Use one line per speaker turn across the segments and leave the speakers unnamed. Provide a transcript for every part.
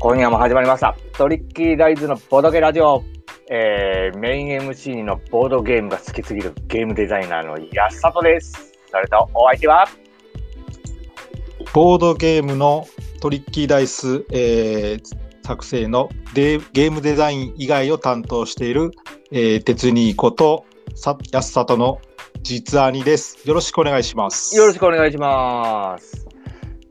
今夜も始まりました。トリッキーライズのボードゲラジオ。えー、メイン MC のボードゲームが好きすぎるゲームデザイナーの安里です。それとお相手は、
ボードゲームのトリッキーダイス、えー作成のデゲームデザイン以外を担当している、えー、鉄兄ことさ安里の実兄です。よろしくお願いします。
よろしくお願いします。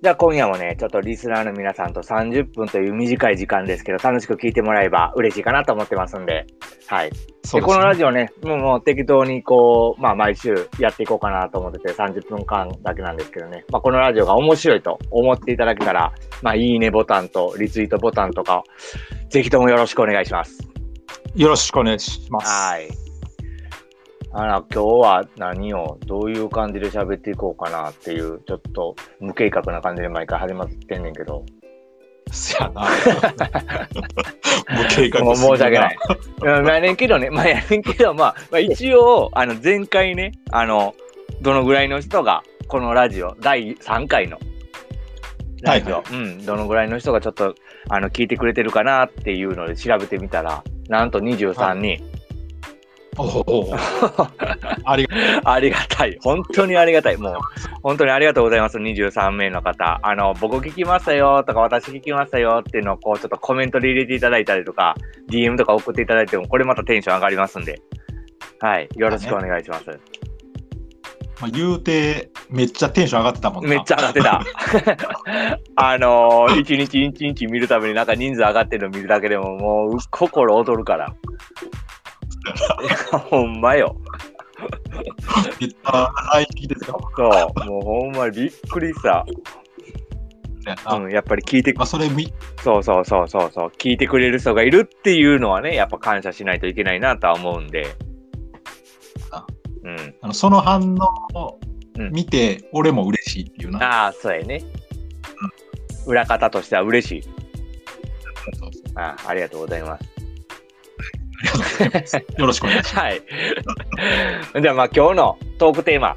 じゃあ今夜もね、ちょっとリスナーの皆さんと30分という短い時間ですけど、楽しく聞いてもらえば嬉しいかなと思ってますんで、はい。で
そうですね
このラジオね、もうもう適当にこう、まあ毎週やっていこうかなと思ってて30分間だけなんですけどね、まあこのラジオが面白いと思っていただけたら、まあいいねボタンとリツイートボタンとかを、ぜひともよろしくお願いします。
よろしくお願いします。
はい。あら、今日は何を、どういう感じで喋っていこうかなっていう、ちょっと無計画な感じで毎回始まってんねんけど。
せやな。もう計画。
もう申し訳ないい。うんまあやねんけどね、まあやねんけど、まあ、まあ、一応、あの、前回ね、あの、どのぐらいの人が、このラジオ、第3回の、ラジオ、
は
うん、どのぐらいの人がちょっと、あの、聞いてくれてるかなっていうので調べてみたら、なんと23人。
おお。ありが と
ありがたい。本当にありがたい。もう、本当にありがとうございます。23名の方。あの、僕聞きましたよとか、私聞きましたよっていうのを、こう、ちょっとコメントで入れていただいたりとか、DM とか送っていただいても、これまたテンション上がりますんで。はい。よろしくお願いします。
う。まあ、言うて、めっちゃテンション上がってたもんな。
めっちゃ上がってた。あのー、一日一日見るためになんか人数上がってるの見るだけでももう心躍るから。ほんまよ。
めっちゃ大気ですか
そう。もうほんまびっくりした。
らね。あ
うん、やっぱり聞いて
まあ、それ見
そうそうそうそうそう聞いてくれる人がいるっていうのはねやっぱ感謝しないといけないなとは思うんで
あ
うん
あのその反応を見て、俺も嬉しいっていうな。
ああそうやね、裏方としては嬉しい
そうそう
ああありがとうございます
ありがとうございます。よろしくお願いします。
はいじゃあまあ今日のトークテーマ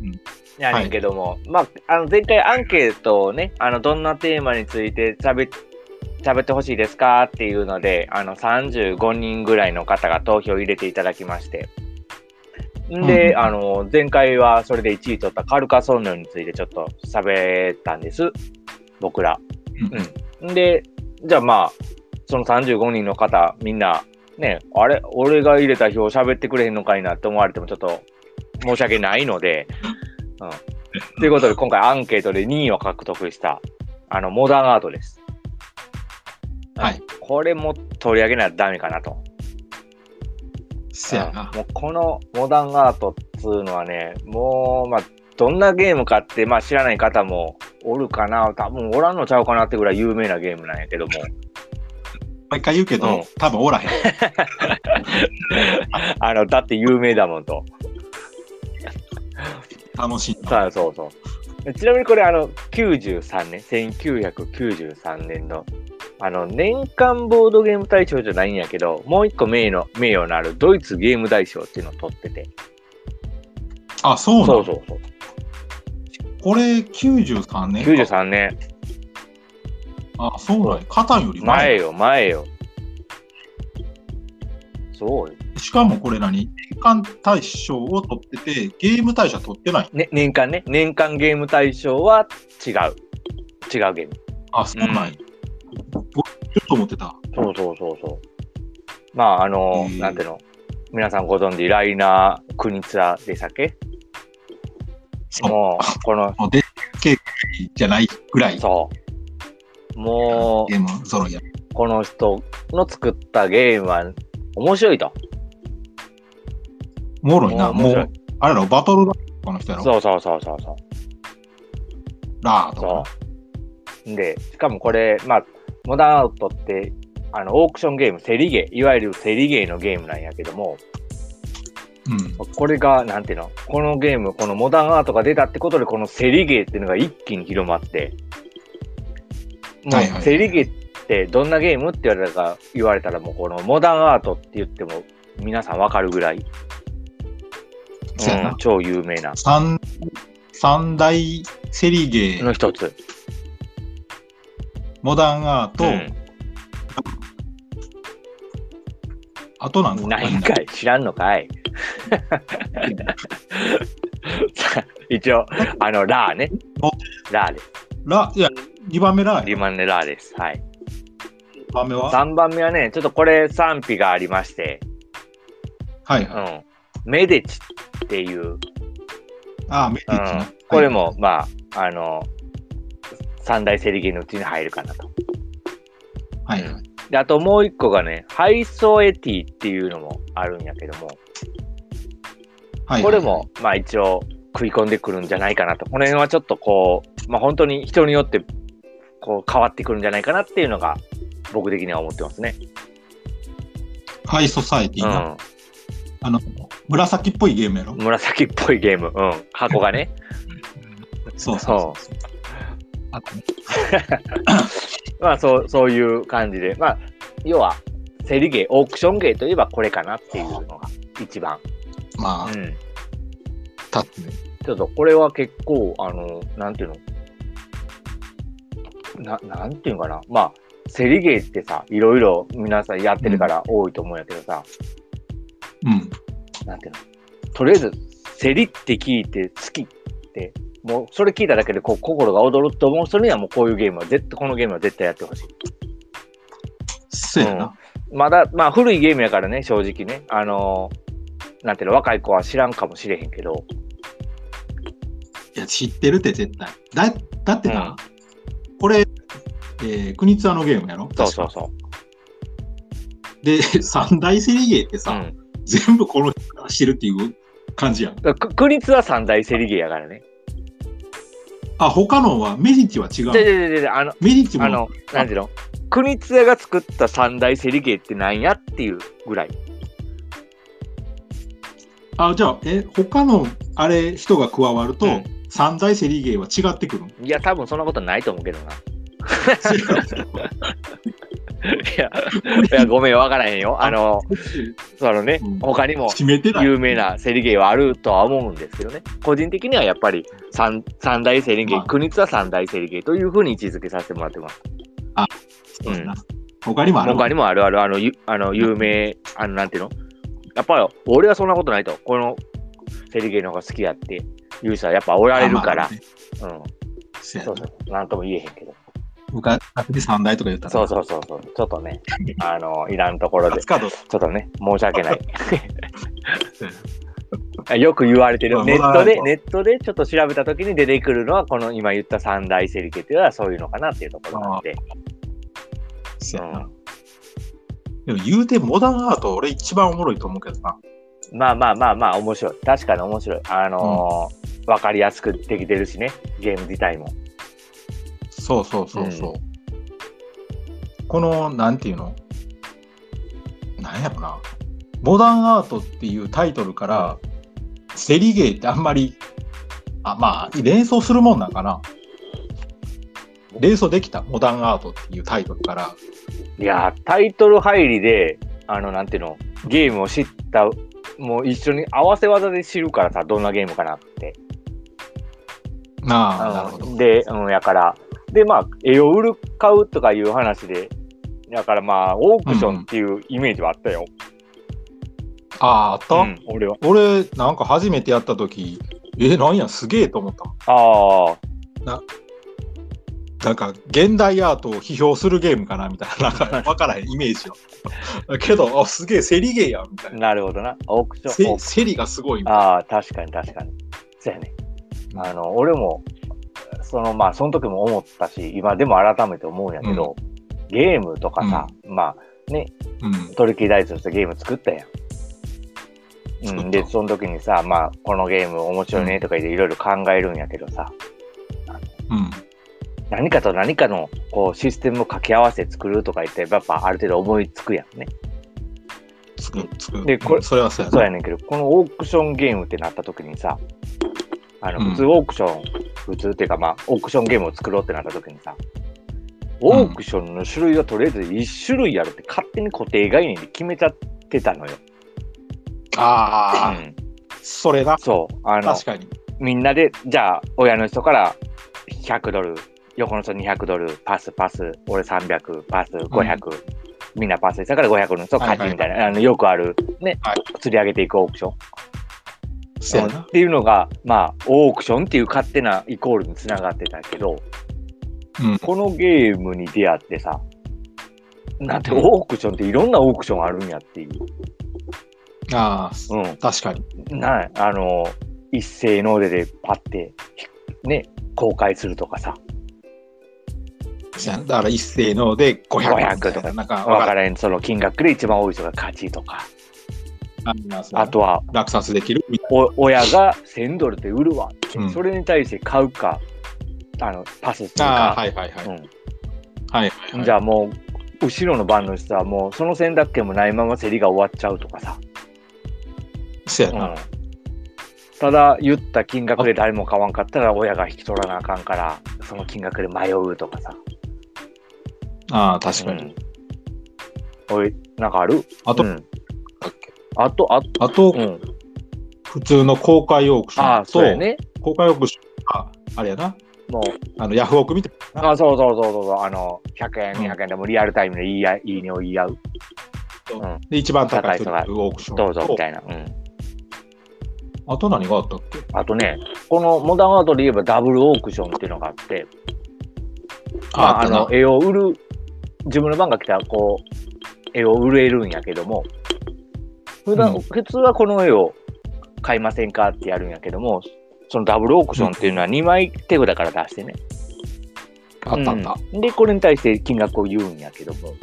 うん
やねんけども、まああの前回アンケートをねあのどんなテーマについて喋っ喋ってほしいですかっていうのであの35人ぐらいの方が投票入れていただきましてで、
うん
あの前回はそれで1位取ったカルカソンヌについてちょっと喋ったんです僕ら。うん、でじゃあまあその35人の方みんなねあれ俺が入れた票喋ってくれへんのかいなって思われてもちょっと申し訳ないので。うん、ということで今回アンケートで2位を獲得したあのモダンアートです。
はい。
これも取り上げないとダメかなと。
せやな
うん。もうこのモダンアートっつうのはね、もう、まあ、どんなゲームかって、まあ、知らない方もおるかな、多分おらんのちゃうかなってぐらい有名なゲームなんやけ ども、
毎回言うけど、
うん
多分おらへん。
あの、だって有名だもんと。
楽しい な。
そうそうそう。ちなみにこれ、あの、93年、1993年の、あの、年間ボードゲーム大賞じゃないんやけど、もう一個名誉の名誉のあるドイツゲーム大賞っていうのを取ってて。
あ、そうな
そ
の
うそうそう。
これ93年か。
93年。
あ、そうなんや。カタンより
前
前。
よ、前よ。そうよ
しかもこれ何年間大賞を取ってて、ゲーム大賞取ってない。
ね、年間ね、年間ゲーム大賞は違う。違うゲーム。
あ、そうなんや。僕ちょっと思ってた。
そうそうそうそう。まあ、あの、
うん
なんていうの、皆さんご存知、ライナー・クニツラでしたっけ
そう。
もう、この、
もうでっけえじゃないぐらい。
そう。も
ゲーム揃いや。
う、この人の作ったゲームは面白いと。
おもろい
も
な。
う
も、
面白いう
あれやろ、バトルラーとかの人やろ。
そうそうそうそうそう。
ラーと
そ
か。
う。で、しかもこれ、まあ、モダンアウトって、あの、オークションゲーム、競りゲー、いわゆる競りゲーのゲームなんやけども、
うん。
これが、なんていうの、このゲーム、このモダンアートが出たってことで、この競りゲーっていうのが一気に広まって、も、
はいはいう
競りゲーってどんなゲームって言われたか、言われたら、もうこのモダンアートって言っても、皆さんわかるぐらい、
そうやな
うん超有名な、
三、三大セリゲー、
の一つ。
モダンアート、
うん
あとなんですか
ないんかい知らんのかい さあ一応、あの、ラーね。ラーです。
ラ、いや、2番目ラー
リ
や。
マンネラーです。はい。
2番目ははい
3番目はね、ちょっとこれ賛否がありまして、
はい。
うん。メデチっていう、
ああ、メデ
う
ィッチね
ん。これも、まあ、あの、三大セリゲのうちに入るかなと。
はい。はいはい。
で、あともう一個がね、ハイソエティっていうのもあるんやけども、
はい
これも、まあ一応食い込んでくるんじゃないかなと。この辺はちょっとこう、まあ本当に人によって、こう変わってくるんじゃないかなっていうのが、僕的には思ってますね。
ハイソサエティ
う
の、
ん。
あの、紫っぽいゲームやろ。
紫っぽいゲーム。うん。箱がね。
そうそうそうそう。あとね
まあそう、そういう感じで。まあ、要は、競り芸、オークション芸といえばこれかなっていうのが一番。
まあ
う、ん。
たってね。
ちょっとこれは結構、あの、なんていうのな、なんていうのかな。まあ、競り芸ってさ、いろいろ皆さんやってるから多いと思うんやけどさ、
うん。
なんていうのとりあえず、競りって聞いて好きって、もうそれ聞いただけでこう心が躍ると思う人にはもうこういうゲームは絶対、このゲームは絶対やってほしい。
そうやな。
まだ、まあ古いゲームやからね、正直ね。あのーなんていうの、若い子は知らんかもしれへんけど、
いや、知ってるって絶対。だだってな、これ、えー、国津のゲームやろ
そうそう
確か
そ
で、三大セリゲーっ
う。
て
う
さ、
ん。
全部この人が知るっていう感じやん。
だからく国津は三大セリゲーやからね。
あ、他のは、メディッチは違う。
ででででで、あの、
メディッチも
あの、なんていうの、国津屋が作った三大セリゲーってなんやっていうぐらい。
あ、じゃあ、え、他の、あれ、人が加わると、
うん
三大セリゲーは違ってくるの
いや、多分そんなことないと思うけど な。いや、いやごめん、わからへんよ。あの、そのね
うん、
他にも
閉めてない。
有名なセリゲーはあるとは思うんですけどね、個人的にはやっぱり三三大セリゲ
ま
ー、
あ
国津は三大セリゲーというふうに位置づけさせてもらってます。
そうやな他にもある。
他にもあるある、あの、ゆあの有名、あの、なんていうのやっぱり俺はそんなことないと、このセリゲーの方が好きやっていう人はやっぱおられるから、
あまあね
うん、
そうや
そ
な
うそう、なんとも言えへんけど、
昔昔三大とか言ったら。
そうそうそう、そうちょっと ね、あの、いらんところで、
勝
ち
角
ょっとね、申し訳ない。
そうや
よく言われて
ま
る。
あ
ネット
ま
で、
だ
ネットでちょっと調べたときに出てくるのは、この今言った三大セリ系っていうのはそういうのかなっていうところなんで。
そうや
う
な。でも言うて、モダンアート、俺一番おもろいと思うけどな。
んまあまあまあまあ、面白い。確かに面白い。あのー、わ、かりやすくできてるしね、ゲーム自体も。
そうそうそうそう。この、なんていうのなんやろな。モダンアートっていうタイトルから、セリゲーってあんまり、あまあ、連想するもんなんかな。連想できた、モダンアートっていうタイトルから。
いやー、タイトル入りで、あの、なんていうの、ゲームを知った、もう一緒に合わせ技で知るからさ、どんなゲームかなって。
ああ、なるほ
う
ど
ん。で、うん、やから、で、まあ、絵を売る、買うとかいう話で、だからまあ、オークションっていうイメージはあったよ。
ああ、あった、
うん俺は。
俺、なんか初めてやった時え、なんや、すげえと思った。
ああ、
なんか現代アートを批評するゲームかなみたいな、なんか分からへんイメージを。けど、あすげえセリゲーやみたいな。
なるほどな。オークション。
セ
オーク
セリがすごいみたいな。
ああ、確かに確かに。そうやね。あの、俺も、そのまあ、その時も思ったし、今でも改めて思うんやけど、ゲームとかさ、ま
うん
あ、取り切り大としてゲーム作ったやん。
作
う
った
ん、で、その時にさ、まあ、このゲーム面白いねとか言っていろいろ考えるんやけどさ、
うん
何かと何かのこうシステムを掛け合わせて作るとか言って、やっぱある程度思いつくやんね。
つくつく
でこれ
うんそれはそうや
そう
な
やねんけど、このオークションゲームってなった時にさ、あ
うん
の、普通オークション、普通っていうかまあ、オークションゲームを作ろうってなった時にさ、
ん
オークションの種類はとりあえず1種類やるって勝手に固定概念で決めちゃってたのよ。う
ああ、
ん、
それな。
そう。あの、
確かに。
みんなで、じゃあ、親の人から100ドル、横の人200ドル、パスパス、俺300、パス500、みんなパーセンしたから500の人を勝ちみたいな、
はいは
あ
い
のよくある、ね
はい
釣り上げていくオークション。
そうや
うんっ
な。
ていうのが、まあ、オークションっていう勝手なイコールにつながってたけど、
うん
このゲームに出会ってさ、なんてオークションっていろんなオークションあるんやっていう。
ああ、
う
確かに。
ん。ない、あの、一斉の腕でパッて、ひね、公開するとかさ、
そうやなだから一斉ので500
500とか
なんか、
わ
わ
か
から
へん、その金額で一番多い人が勝ちとか、
る。
あとは、
落札できるみたい
お親が1000ドルで売るわって、
うん
それに対して買うか、あの、パスする
な。ああ、
か、
はいはいはい。
うん
はいはいはい。
じゃあもう後ろの番の人はもうその選択権もないまま競りが終わっちゃうとかさ、
そうや
う
な。
んただ言った金額で誰も買わんかったら親が引き取らなあかんからその金額で迷うとかさ
ああ、確かに。
うんおいなんかある
あと
うんあとあと、
あと、
うん、
普通の公開オークシ
あ
ョ
あ
ン
そう
と、
やね
公開オークションは、あれやな、
もう
あのヤフオクみたいな。
あそうそうそうそうそうあの100円
うん
200円でもリアルタイムで言い合いいいねを言い合う
で、一番高い人
高い人
オークション
どうぞみ
と、
たいな、うん、
あと何があったっけ
あとねこのモダンアートで言えばダブルオークションっていうのがあってまあ、あ
ったな
の絵を売る自分の番が来たらこう絵を売れるんやけども普段、
うん
普通はこの絵を買いませんかってやるんやけどもそのダブルオークションっていうのは2枚手札から出してね、
あったあった。
うんでこれに対して金額を言うんやけども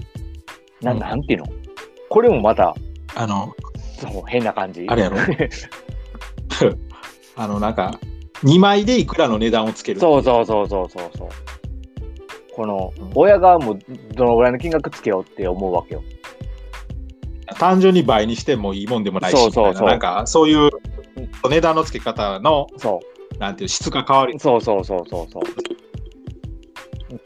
な
うん
なんていうのこれもまた
あの、
そう変な感じ
あれやろあの、なんか、2枚でいくらの値段をつける。
そうそうそうそうそうそうこの親側もどのぐらいの金額つけようって思うわけよ
単純に倍にしてもいいもんでもないし、
そうそうそう
みたいななんか、そういう値段の付け方の、
そう
なんていう、質が変わり、
そうそうそうそうそう。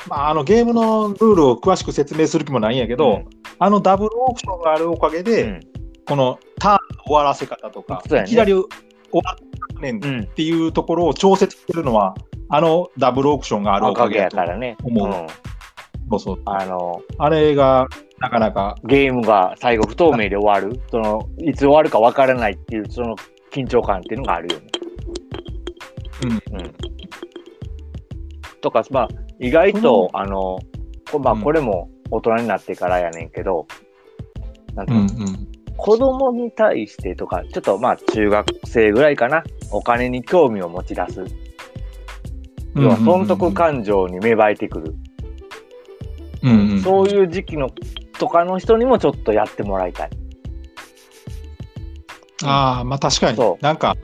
まあ、あのゲームのルールを詳しく説明する気もないんやけど、
うん
あのダブルオークションがあるおかげで、
うんこ
このターンの終わらせ方とか、
そうや
い
ね
きなり終わらねんっ
うん。
ていうところを調節してるのは、あのダブルオークションがある
お
お
か
か
げ
げ
や
だと
からね。。
思うんそうそう
あの、
あれがなかなか、
ゲームが最後不透明で終わる、その、いつ終わるかわからないっていう、その緊張感っていうのがあるよね。うん。とか、まあ、意外と、あの、こまあ、
うん
これも大人になってからやねんけど、なんて
う
いうの
んうん、
子供に対してとか、ちょっとまあ中学生ぐらいかな、お金に興味を持ち出す。要は損得感情に芽生えてくる。
うんうんうん、
そういう時期のとかの人にもちょっとやってもらいたい。
ああ、まあ確かに
そ、
なんか、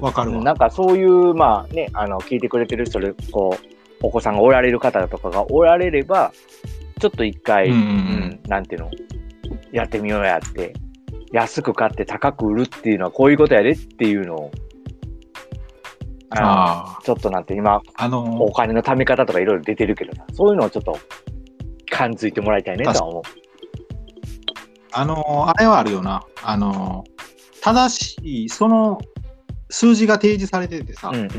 わかるわ。
なんかそういう、まあね、あの、聞いてくれてる人で、こう、お子さんがおられる方とかがおられれば、ちょっと一回、
うんうん
うんなんていうの、やってみようやって、安く買って高く売るっていうのはこういうことやでっていうのを、あの
あ
ちょっとなんて今、
あ、あの
お金の貯め方とかいろいろ出てるけどさ、そういうのをちょっと感づいてもらいたいねとは思う。
あのあれはあるよな。あの正しい、その数字が提示されててさ、
うんうん。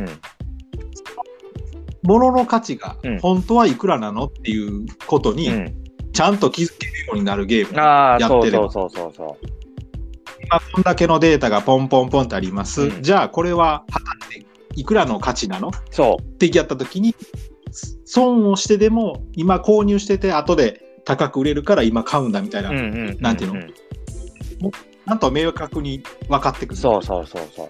物の価値が
うん
本当はいくらなのっていうこと
う
に、
ん、
ちゃんと気づけるようになるゲーム。
ああ、
や
そ
っ
う
てれ
そ
ば
うそうそうそう。
今こんだけのデータがポンポンポンってあります。
うん
じゃあ、これは果たしていくらの価値なのっ
そう。
てやった時に、損をしてでも、今購入してて、後で高く売れるから今買うんだみたいな、
うんうんうん
なんていうのなんと明確に分かってくる。
そうそうそうそう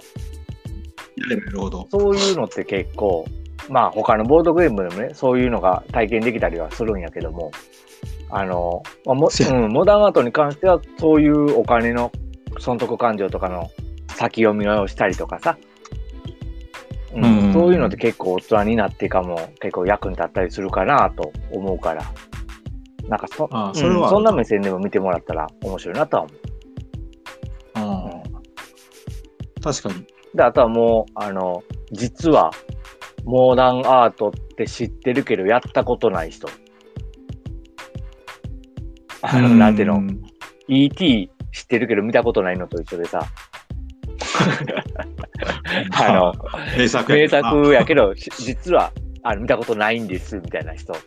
やればやるほど。
そういうのって結構まあ他のボードゲームでもねそういうのが体験できたりはするんやけどもあの、まあも
そう
う
や
ん、モダンアートに関してはそういうお金の損得感情とかの先読みをしたりとかさ、うん
うんうんうん
そういうのって結構大人になってかも結構役に立ったりするかなと思うからなんかそ,、
ああそれは
うんそんな目線でも見てもらったら面白いなとは思う。
うん確かに。
で、あとはもう、あの、実は、モダンアートって知ってるけど、やったことない人。 あの、なんていうの、ET 知ってるけど見たことないのと一緒でさ、あの、
名作
名
やけどな
作やけど、し実は、あの、見たことないんです、みたいな人。も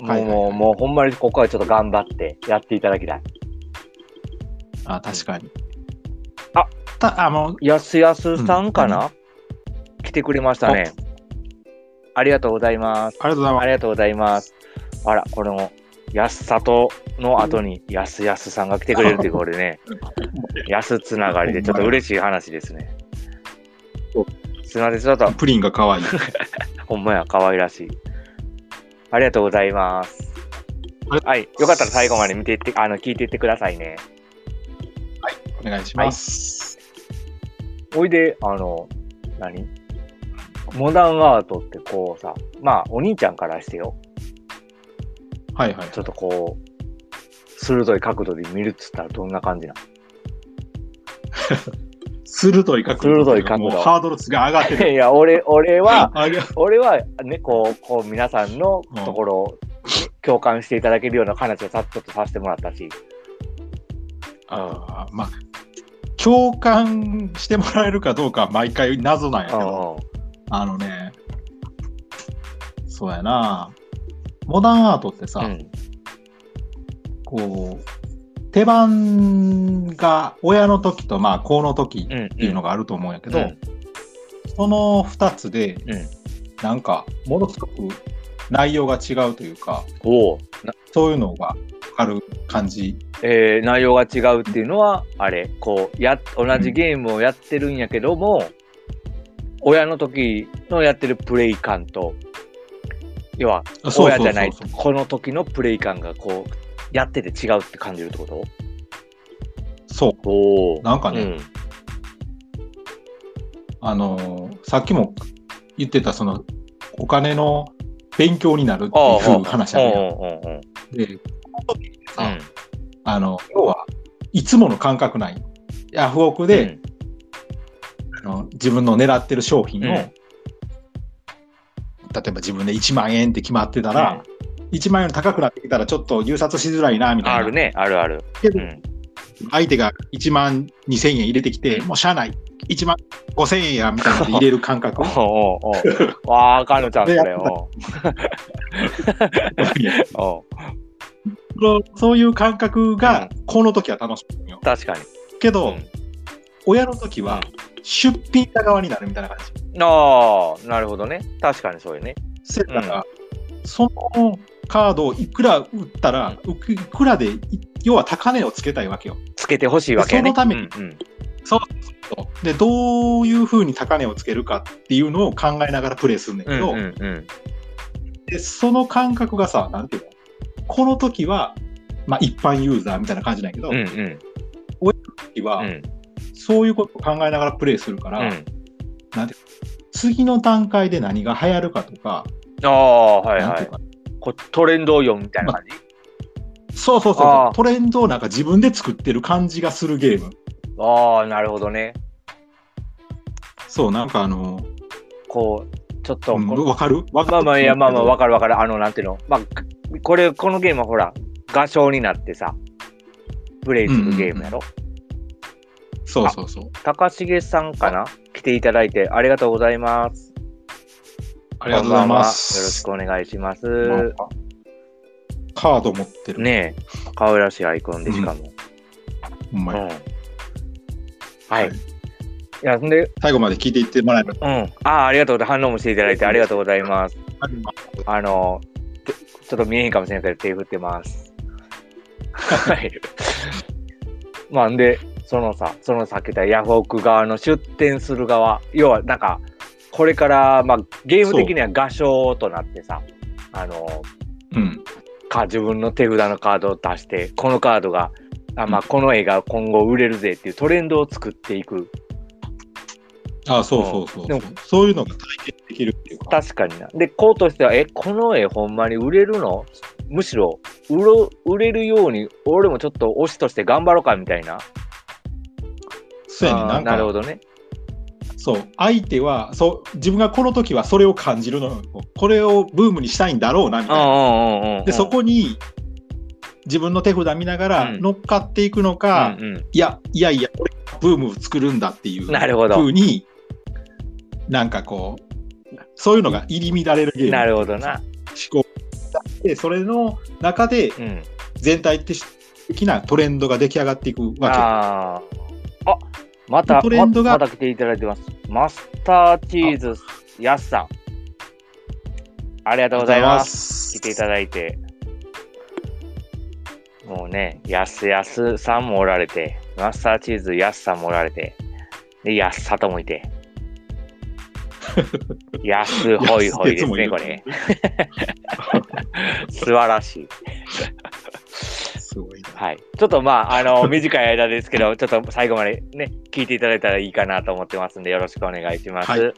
う、
はいはい
もう、もうほんまにここはちょっと頑張ってやっていただきたい。
あ、確かに。
あ
た、あの、
やすやすさんかな、来てくれましたね。ありがとうございます。
ありがとうございま
あ
す。
りがとうございます。あら、これも、やすさとの後に、やすやすさんが来てくれるということで ね、やすつながりで、ちょっと嬉しい話ですね。すみません、ちょっと、
プリンが可愛い。
ほんまや、可愛らしい。ありがとうございます。
あり
はい、よかったら最後まで見ていって、あの、聞いていってくださいね。
お願いします。
おいで、あの、何モダンアートってこうさ、まあ、お兄ちゃんからしてよ、
はい、はい、
ちょっとこう、鋭い角度で見るっつったらどんな感じなの
鋭い角度。
鋭い角度
もうハードルが上がって る。
いや、俺、俺は、
あげ
俺はね、こう、こう皆さんのところを共感していただけるような話をさっととさせてもらったし、
あーまあ、共感してもらえるかどうかは毎回謎なんやけ
うん
ど、
うん
あのね、そうやな、モダンアートってさ、
うん
こう、手番が親の時とまあ子の時
うん。っ
っていうのがあると思うんやけど、
うん
その2つで、
うん
なんか、ものすごく内容が違うというか、
おお。な
そういうのがある感じ。
えー内容が違うっていうのは、あれ、こう、や、同じゲームをやってるんやけども、親の時のやってるプレイ感と、要は、
あそうそう
親
そうそう
じゃない、この時のプレイ感が、こう、やってて違うって感じるってこと
そ
おお
う。。なんかね、
うん
あのーさっきも言ってたそのお金の勉強になるっていう話
あ
あ
ああ
るやん
ああ
で、この時ってさ、
ああうん
あの要はいつもの感覚ない。ヤフオクで、あの自分の狙ってる商品を、
うん
例えば自分で1万円って決まってたら、1万円より高くなってきたらちょっと入札しづらいなみたいな。
あるね、あるある。
け
う
ど
ん、
相手が1万2000円入れてきて、
うん
もう社内1万5000円やみたいなので入れる感覚
おうおうおうわあ、かのちゃん、そ
で
れ。
やっ
おうおう
そう そういう感覚がこの時は楽しいんよ。
確かに。
け
う
ど、
ん
親の時は出品者側になるみたいな感じ。
ああ、なるほどね。確かにそうよね。
せやから、そのカードをいくら売ったら、うくいくらでい要は高値をつけたいわけよ。
つけてほしいわけやね。
そのために
うんうん
でどういうふうに高値をつけるかっていうのを考えながらプレイするんだ
う
けど、
んうんうん
でその感覚がさなんていうのこの時は、まあ、一般ユーザーみたいな感じなんやけど、
うんうん
時は、
うん
そういうことを考えながらプレイするから、
うん
次の段階で何が流行るかとか、
ああ、はい
なん
は
ていう
い。
か
こうトレンドを読むみたいな感じ。
そうそうそう
あ
そ
ー
うトレンドをなんか自分で作ってる感じがするゲーム
ああ、なるほどね。
そうなんかあの
こう、ちょっと
う
こ
ん
の、
わかるわかる
まあまあ、いや、まあまあ、わ
か
かるわかる。あの、なんていうの。まあ、これ、このゲームはほら、画商になってさ、プレイするゲームやろ。
るそうそうそう
高重さんかな来ていただいてありがとうございます。
ありがとうございます
こんばんはよろしくお願いし
なん
ま
かカード持って
す。
る
ねえ、可愛らしいアイコンでしかも。
ほんま
う
に
ん。はい。いや、んで、
最後まで聞いていってもらえれば
うん。ああ、ありがとうございます。反応もしていただいてありがとうございます。
あります
あの、てちょっと見えへんかもしれないけど、手振ってます。はい。 まあ、んで、そのさ、そのさっき言ったヤフオク側の出店する側、要はなんか、これから、まあ、ゲーム的には画商となってさ、あの、
うん
か自分の手札のカードを出してこのカードがあ、まあ、
うん
この絵が今後売れるぜっていうトレンドを作っていく
あそうそうそう
で
そ
も
うそういうのが体験できるっていうか
確かになでこうとしてはえこの絵ほんまに売れるのむしろ売ろ売れるように俺もちょっと推しとして頑張ろうかみたいな
そうやね
あー
なん
なる
か
ほどね
そう相手はそう自分がこの時はそれを感じるのよこれをブームにしたいんだろうなみ
う
たい
ん
な
うんうんうん
でそこに自分の手札見ながら
うん
乗っかっていくのか、
うんうん
いやいやいや俺がブームを作るんだっていう
なるほど
ふうになんかこうそういうのが入り乱れるゲーム
なるほどな
思考でそれの中で
うん。
全体的なトレンドが出来上がっていくわ
あーあ、また、
トレンドが
ままた来ていただいてます。マスターチーズ、やすさん。ありが
け。
とうございます。
す
来ていただいて。もうね、やすやすさんもおられて、マスターチーズやすさんもおられて、で、やすさともい て。やすほいほいですね、これ。。 素晴らしい。
すごいな。
はい。ちょっとまあ、あ の、短い間ですけど、ちょっと最後までね、聞いていただいたらいいかなと思ってますんで、よろしくお願いします。
はい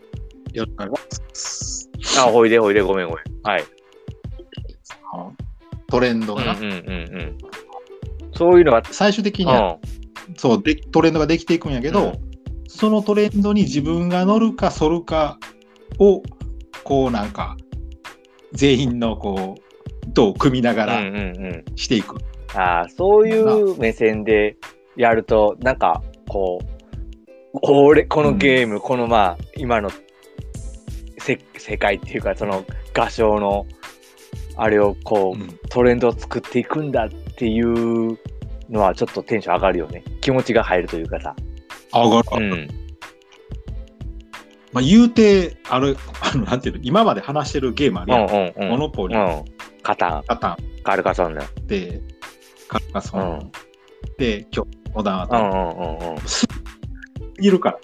よろしくお願いします。
あ、ほいでほいで、ごめんごめん。はい。
トレンド
うん
が
うん
な、
うんうん。そういうのが、
最終的
う
には、
ん。
そうでトレンドができていくんやけど、
う
そのトレンドに自分が乗るか反るかをこうなんか全員のこう糸を組みなが
う
ら
んうんうん。
していく、
ああ、そういう目線でやると、なんか、こう、俺、このゲーム、このまあ、今のせ世界っていうか、その画商の、あれをこう、
うん
トレンドを作っていくんだっていうのは、ちょっとテンション上がるよね。気持ちが入るというかさ。
上が
う
る、
ん。
まあ、言うてある あのなんていうの今まで話してるゲームある
うん
やん、
うんうん。
モ
うん。
ノポリー
カタン、
パターン
カルカソンヌ。
でカルカソ
う
ン
ん。
で、今日モダンア
う
タ
ん
ッ
うんうんうん。
クいるか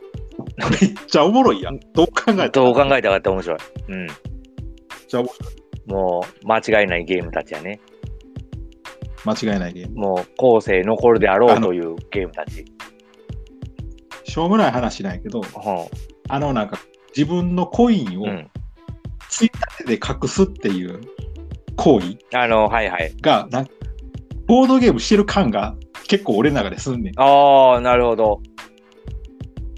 らめっちゃおもろいやんどう考えたら
どう考
めっ
えたかって面白い。うん。
ちゃ面白い
もう、間違いないゲームたちやね。
間違いないゲーム
もう後世残るであろうというゲームたち。
しょうもない話なんやけど
う
あのなんか自分のコイン
んう
を
ん。
ついたてで隠すっていう行為
あの、はいはい。
がなんかボードゲームしてる感が結構俺の中ですんねん。
ああ、なるほど。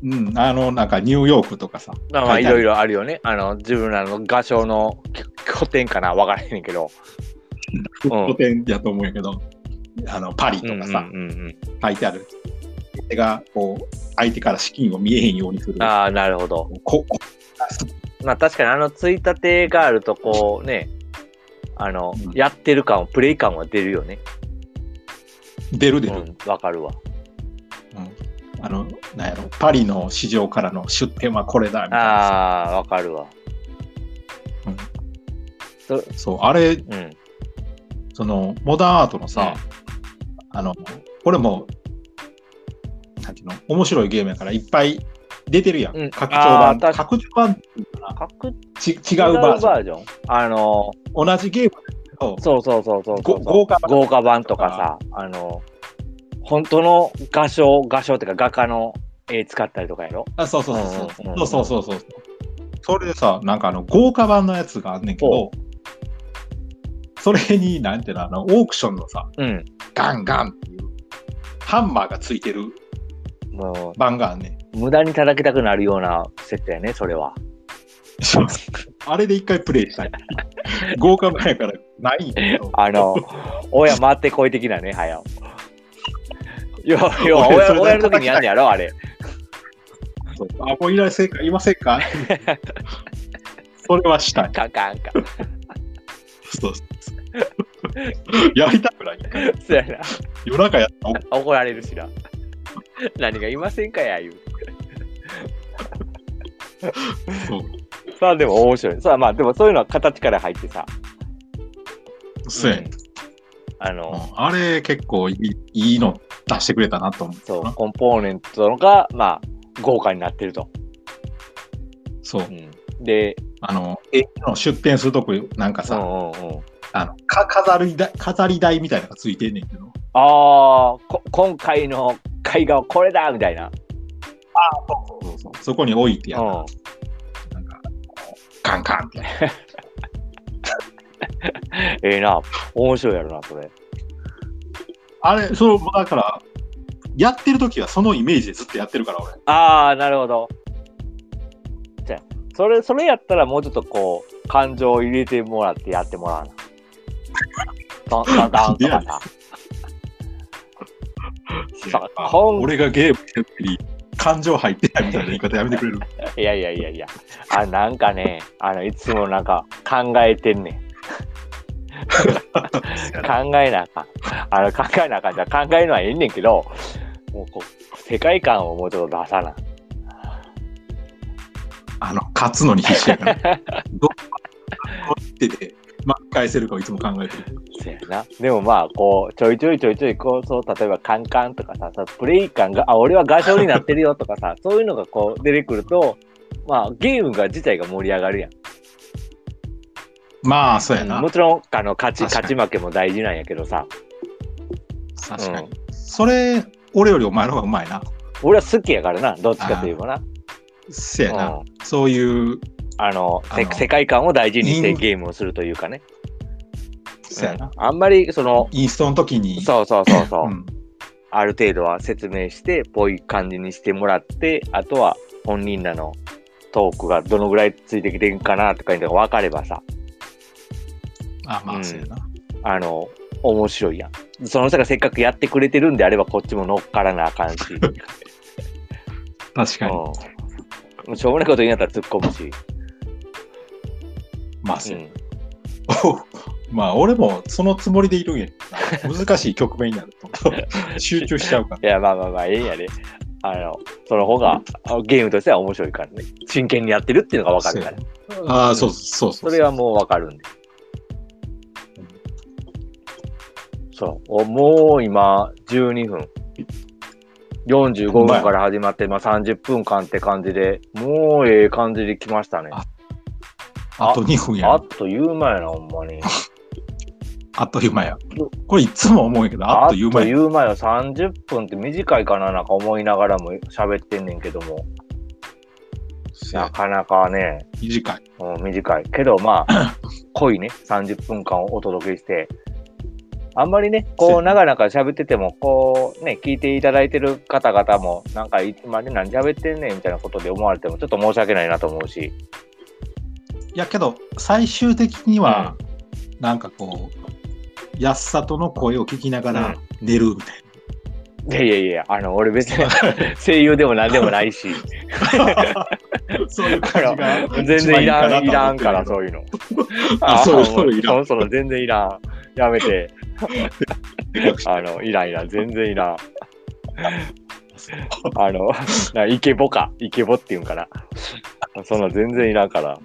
うん、あのなんかニューヨークとかさ。
まあまあ、
はいいはい
ろいろあるよね。あの、自分らの画商の拠拠点かなわからへんねんけど。うん
古典やと思うんやけど、あのパリ
うん
と
うん
か
う
さ、
ん
書いてある。それがこう相手から資金を見えへんようにす
う
る
ん。。ああ、なるほど。
ここ
まあ確かにあのついたてがあるとこうね、あの、
うん
やってる感、プレイ感は出るよね。
出る出
う
る、
ん、わかるわ。
うんあのなんやろパリの市場からの出店はこれだみたいなさ
ああ、わかるわ。
そうあれ
うん。
そのモダンアートのさ、あのこれもなんていうの面白いゲームやからいっぱい出てるやん、
うん
拡張
あ
版
ー確か
拡張版
各違う
ち違うバージョン
バージョンあの、
同じゲームだけど
そうそうそうそうそう
ご豪華版
豪華版とか さ、あの、本当の画商、画商っていうか画家の絵使ったりとかやろ
あそうそうそう
うん
そううん
うん
そうそうそうそうそれでさなんかあの豪華版のやつがあんねんけど
ほ
それになんていうのあのオークションのさ
うん。
ガンガンっていうハンマーがついてる
も
版があんねん
う、無駄に叩きたくなるような設定やね、それは。
あれで一回プレイしたい。豪華版やからないんだけど。
あ の、親回ってこい的なね、 はよ。要は、要は
俺そ
親
れで
親の時にやんねやろ、あれ。
そうあ、もういらっしゃいませんかそれはしたい。
カンカンカン。
そうそうそうやりたくない。
そうやな。
夜中やったら
怒られるし な。何がいませんかや、言う。
そう
さあ、でも面白い。さあ、まあ、でもそういうのは形から入ってさ。
そうや
う
ね
んあの、
うんあれ結構いいいいの出してくれたなと思う。
そう、コンポーネントのが、まあ、豪華になってると。
そう。
で、
あの、絵の出店するとこ、なんか
う
さ、
んうんうん。
あのか飾り台飾り台みたいなのがついてんねんけど。
ああ、こ今回の絵画はこれだみたいな。
そうそうそこに置いてやる。
うん。
なんか、カンカンって。
ええな。面白いやろな、それ。
あれ、そう、だから、やってる時はそのイメージでずっとやってるから、俺。
ああ、なるほど。じゃあそれ、それやったらもうちょっとこう、感情を入れてもらってやってもら うな。トントントンとかさ。そう今
俺がゲームしてる時に感情入ってないみたいな言い方やめて くれる。
いやいやいやいや。あ、なんかね、あの、いつもなんか考えてんねん。考えなあかん。あの考えなあかんじゃ考えるのはええねんけど、もうこう、世界観をもうちょっと出さな。
あの、勝つのに必死やから。 どうってて、巻き返せるかをいつも考えてる。
そうやな。でもまあ、こう、ちょいちょいちょいちょい、こう、そう、例えばカンカンとかさ、さプレイ感が、あ、俺は画商になってるよとかさ、 そういうのがこう出てくると、まあ、ゲームが自体が盛り上がるやん。
まあ、そうやな。
もちろん、あの、勝ち、
確かに
勝ち負けも大事なんやけどさ、
確かに。
う
それ、俺よりお前の方がうまいな。
俺は好きやからな、どっちかといえばな。
せやな。
うん
そういう、
あの、せ
あの
世界観を大事にして
イン
ゲームをするというかね。
せやな。
あんまり、その、
インストの時に。
そうそうそうそう。
うん
ある程度は説明して、ぽい感じにしてもらって、あとは本人らのトークがどのぐらいついてきてるかなとかいうのが分かればさ、
あ、ま
うん
あ、そうやな。
あの、面白いやん。その人がせっかくやってくれてるんであれば、こっちも乗っからなあかんし。
確
う
か
ん
に。
もうしょうもないこと言うんやったら突っ込むし。、
まあ、そううん まあ、俺もそのつもりでいるんやけどな。難しい局面になる と。集中しちゃうから。
いや、まあまあまあ、ええんやで。あの、その方があゲームとしては面白いからね。真剣にやってるっていうのが分かるから。
ああ、そうそうそ。
そうれはもうわかるんで。そう。おもう今、12分。45分から始まって、まあ30分間って感じで、もうええ感じで来ましたね。
ああと2分や。
あ
あ
っという間やな、ほんまに。
っという間や。これいつも思うんやけど、 あっという間や。
う間よ。30分って短いかな、なんか思いながらも喋ってんねんけども。
せ
な
や
かなかね、
短い。
うん、短い。けどまあ、 濃いね、30分間をお届けして、あんまりね、こ、
そううや
長々喋ってても、こう、ね、聞いていただいてる方々も、なんか、いつまで何喋ってんねんみたいなことで思われても、ちょっと申し訳ないなと思うし、
いやけど、最終的には、なんかこう、安里の声を聞きながら寝る みたい
いやいやいや、あの、俺別に 声優でも何でもない し、
な。そういう
あ
感じが
の。全然いらん、い
一
ら
番
ん
いいか
から、
なと思ってるけど
そういうの。
あそういうの
も
いらん
そろそろ全然いらん。やめて、あの、いらんいらん、全然いらん。 あの、なイケボか、イケボっていうんかな。そんな全然いらんから。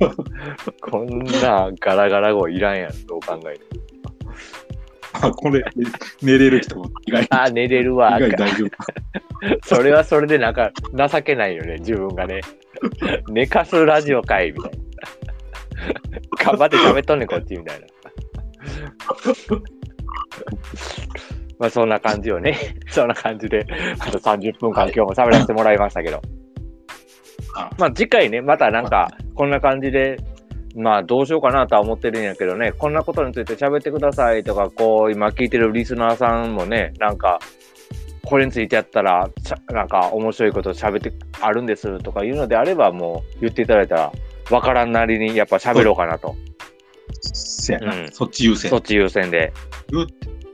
こんなガラガラ声いらんやん、どう考えても。
あこれ、寝れる人も意外に
あ、寝れるわ
意。外に大丈夫。
それはそれでなんか情けないよね、自分がね。寝かすラジオかい、みたいな。頑張って喋っとんねん、こっち、みたいな。 まあそんな感じよね。 そんな感じで、あと30分間今日も喋らせてもらいましたけど。
あ
まあ次回ね、またなんか、こんな感じで、まあどうしようかなとは思ってるんやけどね、こんなことについて喋ってくださいとか、こう、今聞いてるリスナーさんもね、なんか、これについてやったら、しゃなんか面白いこと喋ってあるんですとかいうのであれば、もう言っていただいたら、わからんなりにやっぱ喋ろうかなと。
せやな、
うん
そっち優先
そっ。ち優先で。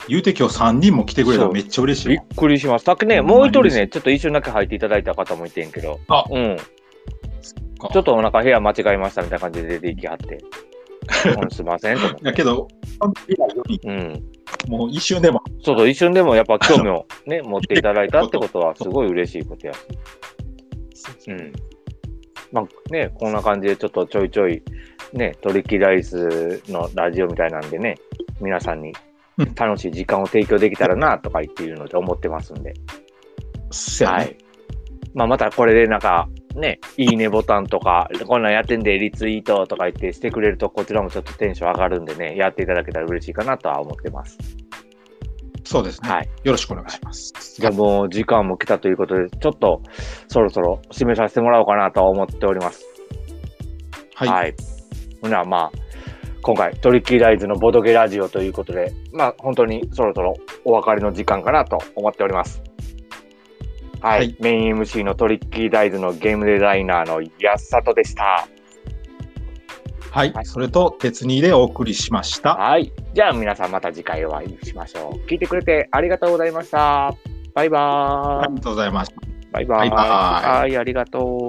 言うて今日3人も来てくれたらめっちゃ嬉しい
びっ
わ。
くりしました。さっきね、
うん
もう一人
マジ
ね、ちょっと一瞬だけ入っていただいた方もいてんけど、
あ
うん。
か
ちょっとなんか部屋間違えましたみたいな感じで出て行きは って、うんすいませんと思って。
だけど、
うん。
もう一瞬でも、
そうそう、一瞬でもやっぱ興味をね、持っていただいたってことは、すごい嬉しいことやし。うん。まあね、こんな感じでちょっとちょいちょい、ね、トリキライスのラジオみたいなんでね、皆さんに
うん
楽しい時間を提供できたらな、とか言っていうので思ってますんで。
せやね、
はい。まあまたこれでなんか、ね、いいねボタンとか、こんなんやってんで、リツイートとか言ってしてくれると、こちらもちょっとテンション上がるんでね、やっていただけたら嬉しいかなとは思ってます。
そうですね、
はい。
よろしくお願いします。
じゃあもう時間も来たということで、ちょっとそろそろ締めさせてもらおうかなとは思っております。
はい。
ほなまあ、今回トリッキーライズのボドゲラジオということで、まあ本当にそろそろお別れの時間かなと思っております。はい。
はい
メイン MC のトリッキーライズのゲームデザイナーの安里でした。
はい。
はい
それと、鉄にでお送りしました。
はい。じゃあ皆さんまた次回お会いしましょう。聞いてくれてありがとうございました。バイバ
あ
ーイ。
りがとうございました。
バイバーイ。
バイバー
はい、ありがとう。